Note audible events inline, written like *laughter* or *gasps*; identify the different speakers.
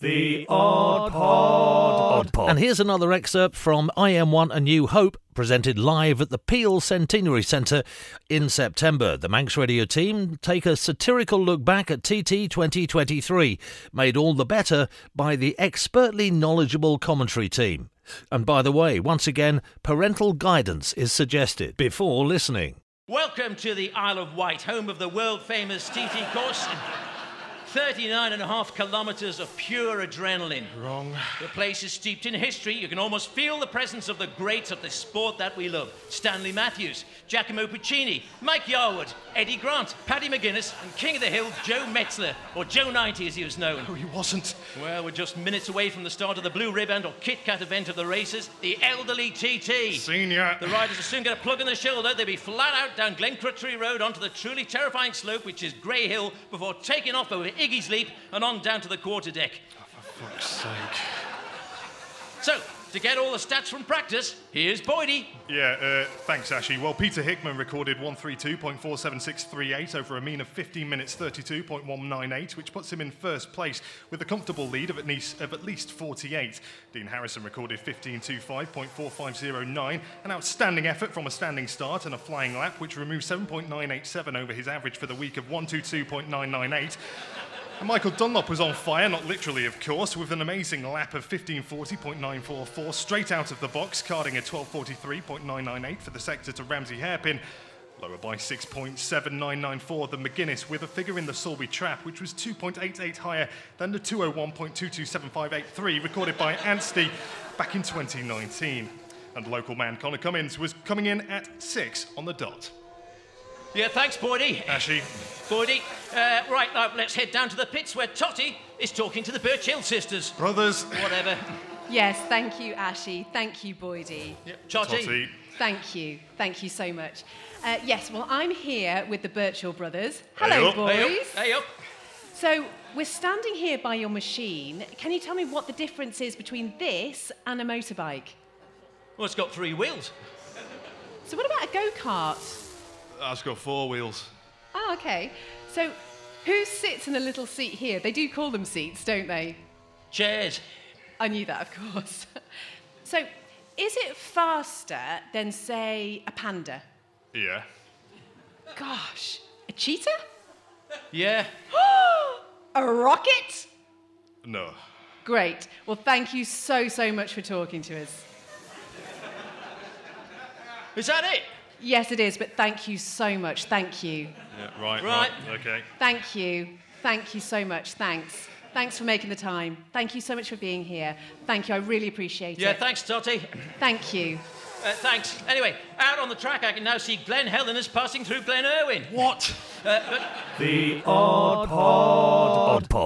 Speaker 1: The Odd Pod.
Speaker 2: And here's another excerpt from I Am One A New Hope, presented live at the Peel Centenary Centre in September. The Manx Radio team take a satirical look back at TT 2023, made all the better by the expertly knowledgeable commentary team. And by the way, once again, parental guidance is suggested before listening.
Speaker 3: Welcome to the Isle of Wight, home of the world famous TT course. 39 and a half kilometres of pure adrenaline.
Speaker 4: Wrong.
Speaker 3: The place is steeped in history. You can almost feel the presence of the greats of the sport that we love Stanley Matthews, Giacomo Puccini, Mike Yarwood, Eddie Grant, Paddy McGuinness, and King of the Hill, Joe Metzler, or Joe 90 as he was known.
Speaker 4: No, he wasn't.
Speaker 3: Well, we're just minutes away from the start of the Blue Ribbon or Kit Kat event of the races, the Elderly TT.
Speaker 4: Senior.
Speaker 3: The riders will soon get a plug in the shoulder. They'll be flat out down Glencrutchery Road onto the truly terrifying slope, which is Grey Hill, before taking off over Iggy's Leap and on down to the quarter deck.
Speaker 4: For fuck's sake.
Speaker 3: So, to get all the stats from practice, here's Boydie.
Speaker 4: Yeah, uh, thanks, Ashy. Well, Peter Hickman recorded 132.47638 over a mean of 15 minutes 32.198, which puts him in first place with a comfortable lead of at least, of at least 48. Dean Harrison recorded 1525.4509, an outstanding effort from a standing start and a flying lap, which removes 7.987 over his average for the week of 122.998. And Michael Dunlop was on fire, not literally, of course, with an amazing lap of 1540.944 straight out of the box, carding a 1243.998 for the sector to Ramsey Hairpin. Lower by 6.7994 than McGuinness, with a figure in the Solby trap which was 2.88 higher than the 201.227583 recorded by Anstey back in 2019. And local man Connor Cummins was coming in at six on the dot.
Speaker 3: Yeah, thanks, Boydie.
Speaker 4: Ashy,
Speaker 3: Boydie. Uh, right, now let's head down to the pits where Totty is talking to the Birch Hill sisters.
Speaker 4: brothers,
Speaker 3: Whatever.
Speaker 5: Yes, thank you, Ashy. Thank you, Boydie.
Speaker 3: Totty.
Speaker 4: Totty.
Speaker 5: Thank you. Thank you so much. Uh, yes, well, I'm here with the Birchall brothers.
Speaker 4: Hey
Speaker 5: Hello,
Speaker 4: up.
Speaker 3: Hey
Speaker 5: boys.
Speaker 3: up, hey up.
Speaker 5: So, we're standing here by your machine. Can you tell me what the difference is between this and a motorbike?
Speaker 3: Well, it's got three wheels.
Speaker 5: So, what about a go kart?
Speaker 4: That's got four wheels.
Speaker 5: Oh, okay. So, who sits in a little seat here? They do call them seats, don't they?
Speaker 3: Chairs.
Speaker 5: I knew that, of course. *laughs* so, is it faster than, say, a panda?
Speaker 4: Yeah.
Speaker 5: Gosh, a cheetah?
Speaker 3: Yeah.
Speaker 5: *gasps* a rocket?
Speaker 4: No.
Speaker 5: Great. Well, thank you so, so much for talking to us.
Speaker 3: Is that it?
Speaker 5: Yes, it is, but thank you so much. Thank you.
Speaker 4: Yeah, right,
Speaker 3: Right.
Speaker 4: Okay.
Speaker 5: Thank you. Thank you so much. Thanks. Thanks for making the time. Thank you so much for being here. Thank you. I really appreciate
Speaker 3: Yeah,
Speaker 5: it.
Speaker 3: thanks, Totty.
Speaker 5: thank you.
Speaker 3: Uh, thanks. Anyway, out on the track, I can now see Glen Heleners passing through Glen Irwin.
Speaker 4: What?
Speaker 3: Uh, but
Speaker 1: The Odd Pod.